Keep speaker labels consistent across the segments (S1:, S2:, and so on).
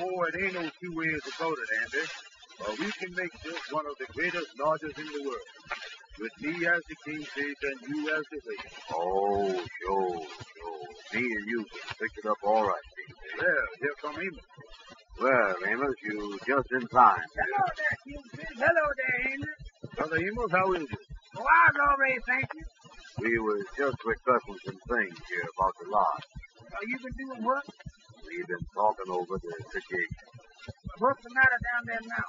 S1: Oh, it ain't no two ways about it, Andy. Uh, we can make this one of the greatest lodges in the world. With me as the kingfish and you as the lady.
S2: Oh, sure, sure. Me and you can pick it up all right, Kingfish.
S1: Well, here come Amos.
S2: Well, Amos, you just in time.
S3: Hello there, Kingfish. Hello there, Amos.
S1: Brother Amos, how is it?
S3: Oh, I was all right, thank you.
S2: We was just requesting some things here about the lodge.
S3: Oh, you been doing what?
S2: We've been talking over the situation.
S3: What's the matter down there now?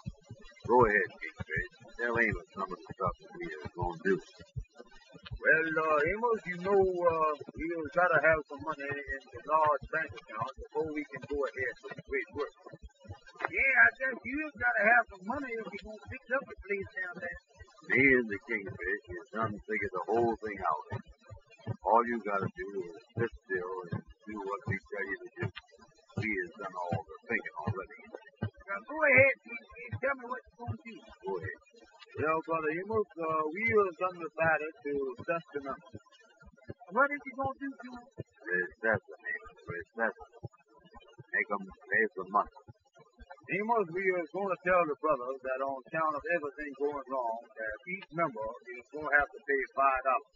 S2: Go ahead, Kingfish. Tell Amos some of the stuff that we are going to do.
S1: Well, uh, Amos, you know, uh, we've got to have some money in the large bank account before we can go ahead with the great work.
S3: Yeah, I guess you've got to have some money if you're going to fix up a place down there.
S2: Me and the Kingfish is done figure the whole thing out. All you got to do is sit still and do what we tell you to do. We has done all the thinking already.
S3: Now, go ahead, Kingfish. Tell me what you're going to do.
S2: Go ahead.
S1: Well, Brother Amos, uh, we have done decided to dust up.
S3: What is you going to do to it?
S2: Recession, Amos. Recession. Make 'em pay some money.
S1: Amos, we are going to tell the brothers that on account of everything going wrong, that each member is going to have to pay five dollars.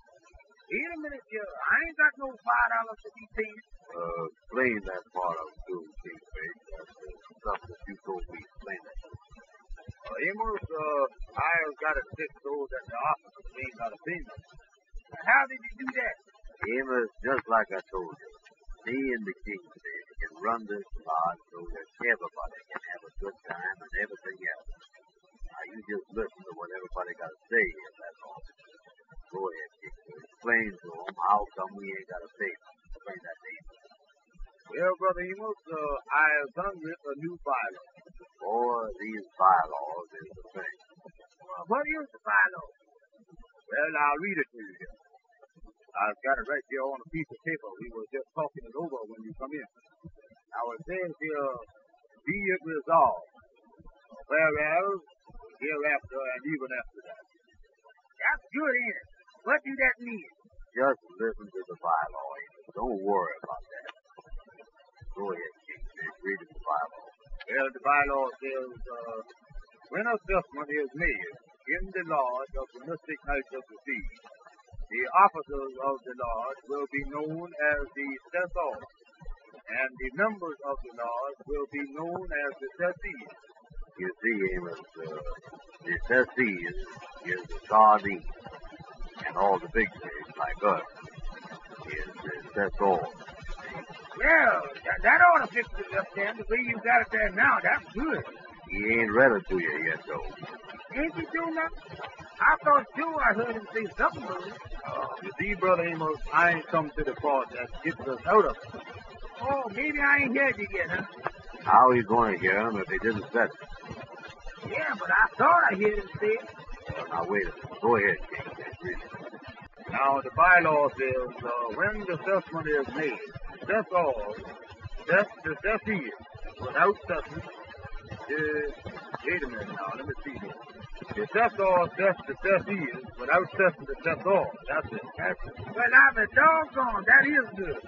S3: Wait a minute, Joe. I ain't got no five dollars to be paid.
S2: Uh, explain that part of it, too, Kingfish. That's the stuff that you told me. Explain that.
S1: Uh, Amos, uh, I have got it fixed so that the officers ain't got a payment.
S3: Now, How did you do that?
S2: Amos, just like I told you, me and the Kingfish can run this lodge so that everybody can have a good time and everything else. Now, you just listen to what everybody got to say here, that's all. Go ahead, Kingfish. Explain to 'em how come we ain't got a payment. Explain that to 'em.
S1: Well, Brother Amos, uh, I have done with a new bylaw.
S2: Boy, these bylaws is the thing.
S3: Well, what is the bylaw?
S1: Well, I'll read it to you here. I've got it right there on a piece of paper. We were just talking it over when you come in. Now it says here, be it resolved, whereas, hereafter, and even after that.
S3: That's good, ain't it? What do that mean?
S2: Just listen to the bylaw, Amos. Don't worry about that. Go ahead, Kingfish. Read the bylaw.
S1: Well, the bylaw says, uh, when assessment is made in the lodge of the mystic knights of the sea, the officers of the lodge will be known as the Cessor, and the members of the lodge will be known as the Cessees.
S2: You see, Amos, uh, the Cessees is the sardines, and all the big fish like us is the Cessor.
S3: Well, that, that ought to fix it up there. The way you got it there now, that's good.
S2: He ain't read it to you yet, though.
S3: Ain't you doing that? I thought, too, I heard him say something about it.
S1: Uh, You see, Brother Amos, I ain't come to the part that gets us out of it.
S3: Oh, maybe I ain't heard you yet, huh?
S2: How are you going to hear him if he didn't set it?
S3: Yeah, but I thought I heard him say it.
S2: Well, Uh, now, wait a minute. Go ahead, King. Just read it.
S1: Now, the bylaw says uh, when the assessment is made, that's all. That's the cessee without assessment. Uh, wait a minute now, let me see here. The cessor, that's the cessee without assessment, the cessor. That's it.
S3: That's, well, I've been doggone. That is good.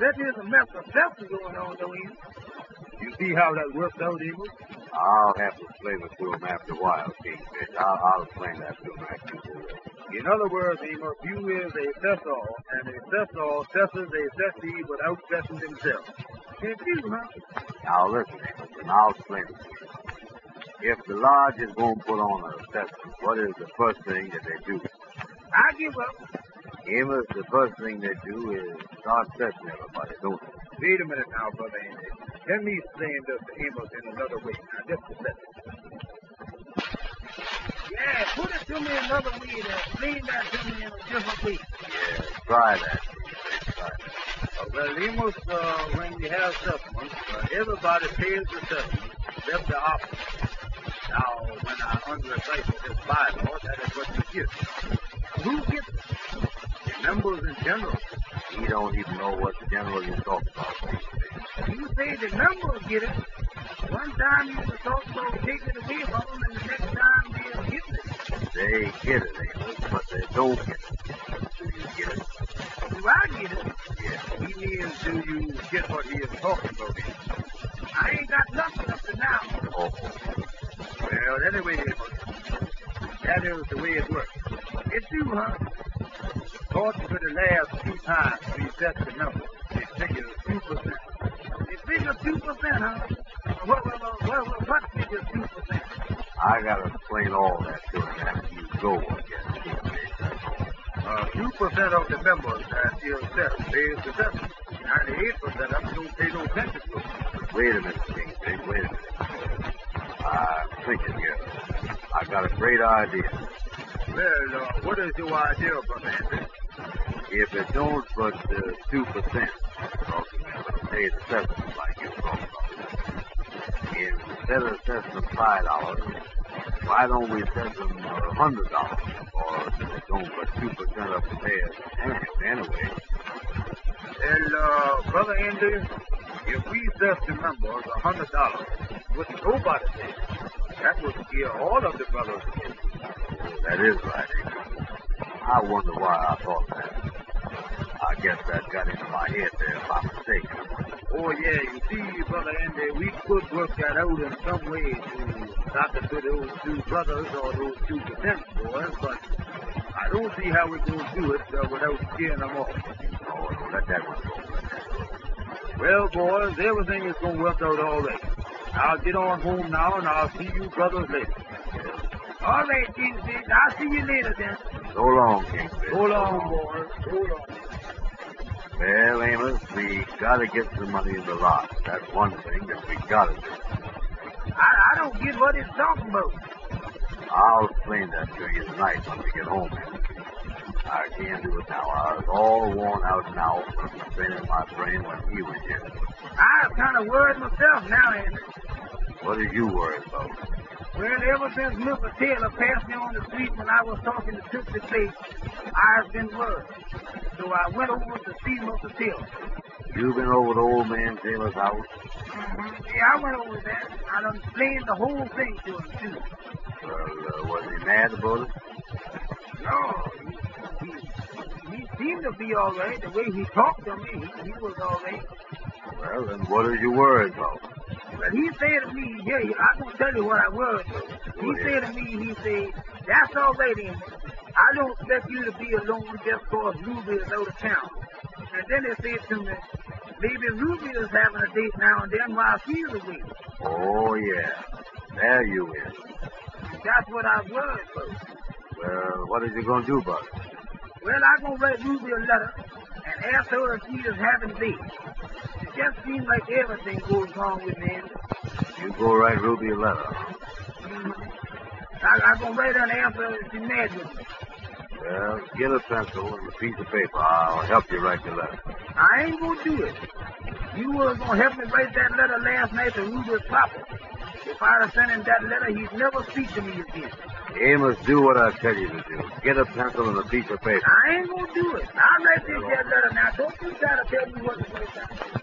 S3: That is a mess of something going on, though, ain't it?
S1: You see how that works out, Amos?
S2: I'll have to explain it to him after a while, Kingfish. I'll, I'll explain that to him after you do it.
S1: In other words, Amos, you is a cessor, and a cessor cesses a cessee without cessing himself.
S3: Did you, huh?
S2: Now listen, Amos, and I'll explain it to you. If the lodge is going to put on an assessment, what is the first thing that they do?
S3: I give up.
S2: Amos, the first thing they do is start testing everybody, don't they?
S1: Wait a minute now, Brother Amos. Let me explain this to Amos in another way. Now, just a second.
S3: Yeah, put it to me another way to explain that to me in a different way.
S2: Yeah, try that. Kingfish, Try that.
S1: Uh, well, Amos, uh, when you have settlements, uh, everybody pays the settlement, except the officer. Now, when I unrecycle this bylaw, that is what you get.
S3: Who gets it?
S1: The members in general.
S2: He don't even know what the general you talk about. Kingfish.
S3: You say the numbers get it. One time you were talking about taking it away from them, and the next time they'll get it.
S2: They get it, Amos, but they don't get it. Do you get it?
S3: Do I get it?
S2: Yeah.
S1: He means do you get what he is talking about? Amos?
S3: I ain't got nothing up to now.
S2: Oh,
S1: Well, anyway, that is the way it works.
S3: It do, huh?
S1: According to the last two times we set the number, it figures 2%.
S3: It figures two percent, huh? What, what, what, what, what, what figures two percent?
S2: I gotta explain all that to him after you go again,
S1: Uh, 2% of the members that is set pays the debt. 98% of them don't pay no attention to it.
S2: Wait a minute, King Big. Wait a minute. I'm thinking here. I got a great idea.
S1: Well, uh, what is your idea, Brother Andy?
S2: If it don't but uh, 2%, talking about pay the assessment like you talked about, instead of assessing them $5, why don't we assess them uh, $100? Or if it don't but 2% of the pay it anyway.
S1: Well, uh, Brother Andy, if we set the members $100, which nobody pays, that would give all of the brothers a chance.
S2: That is right. Ingram. I wonder why I thought that. I guess that got into my head there by mistake.
S1: Oh yeah, you see, brother Andy, we could work that out in some way to not to put those two brothers or those two defense boys, but I don't see how we're going to do it uh, without scaring them off.
S2: Oh, no, let that one go. Let that go.
S1: Well, boys, everything is going to work out all right. I'll get on home now, and I'll see you brothers later.
S3: All right, King Big. I'll see you later then.
S2: So long, Kingfish.
S1: Hold on, boys. Hold on.
S2: Well, Amos, we gotta get some money in the lot. That's one thing that we gotta do.
S3: I, I don't get what it's talking about.
S2: I'll explain that to you tonight when we get home. Amos. I can't do it now. I was all worn out now from spinning my brain when he was here.
S3: I was kind of worried myself now, Andy.
S2: What are you worried about?
S3: Well, ever since Mr. Taylor passed me on the street when I was talking to Tootsie Face, I've been worried. So I went over to see Mr. Taylor.
S2: You've been over to old man Taylor's house?
S3: Mm-hmm. Yeah, I went over there. I done explained the whole thing to him, too.
S2: Well, uh, was he mad about it?
S3: No, Oh, he, he, he seemed to be all right. The way he talked to me, he, he was all right.
S2: Well, then what are you worried about?
S3: But he said to me, yeah, yeah, I can tell you what I was. He said to me, he said, that's all right, Andy. I don't expect you to be alone just because Ruby is out of town. And then they said to me, maybe Ruby is having a date now and then while she's away.
S2: Oh, yeah. There you is.
S3: That's what I was. About.
S2: Well, what are you going to do about it?
S3: Well, I'm going to write Ruby a letter and ask her if she is having a date. It just seems like everything goes wrong with me. Andy.
S2: You go write Ruby a letter.
S3: Mm-hmm. I, I'm going to write her and ask her if she's mad with me.
S2: Well, get a pencil and a piece of paper. I'll help you write the letter.
S3: I ain't gonna do it. You was gonna help me write that letter last night to Ruby's papa. If I'd have sent him that letter, he'd never speak to me again.
S2: Amos, do what I tell you to do. Get a pencil and a piece of paper.
S3: I ain't gonna do it. I'll write this that letter now. Don't you try to tell me what to write down.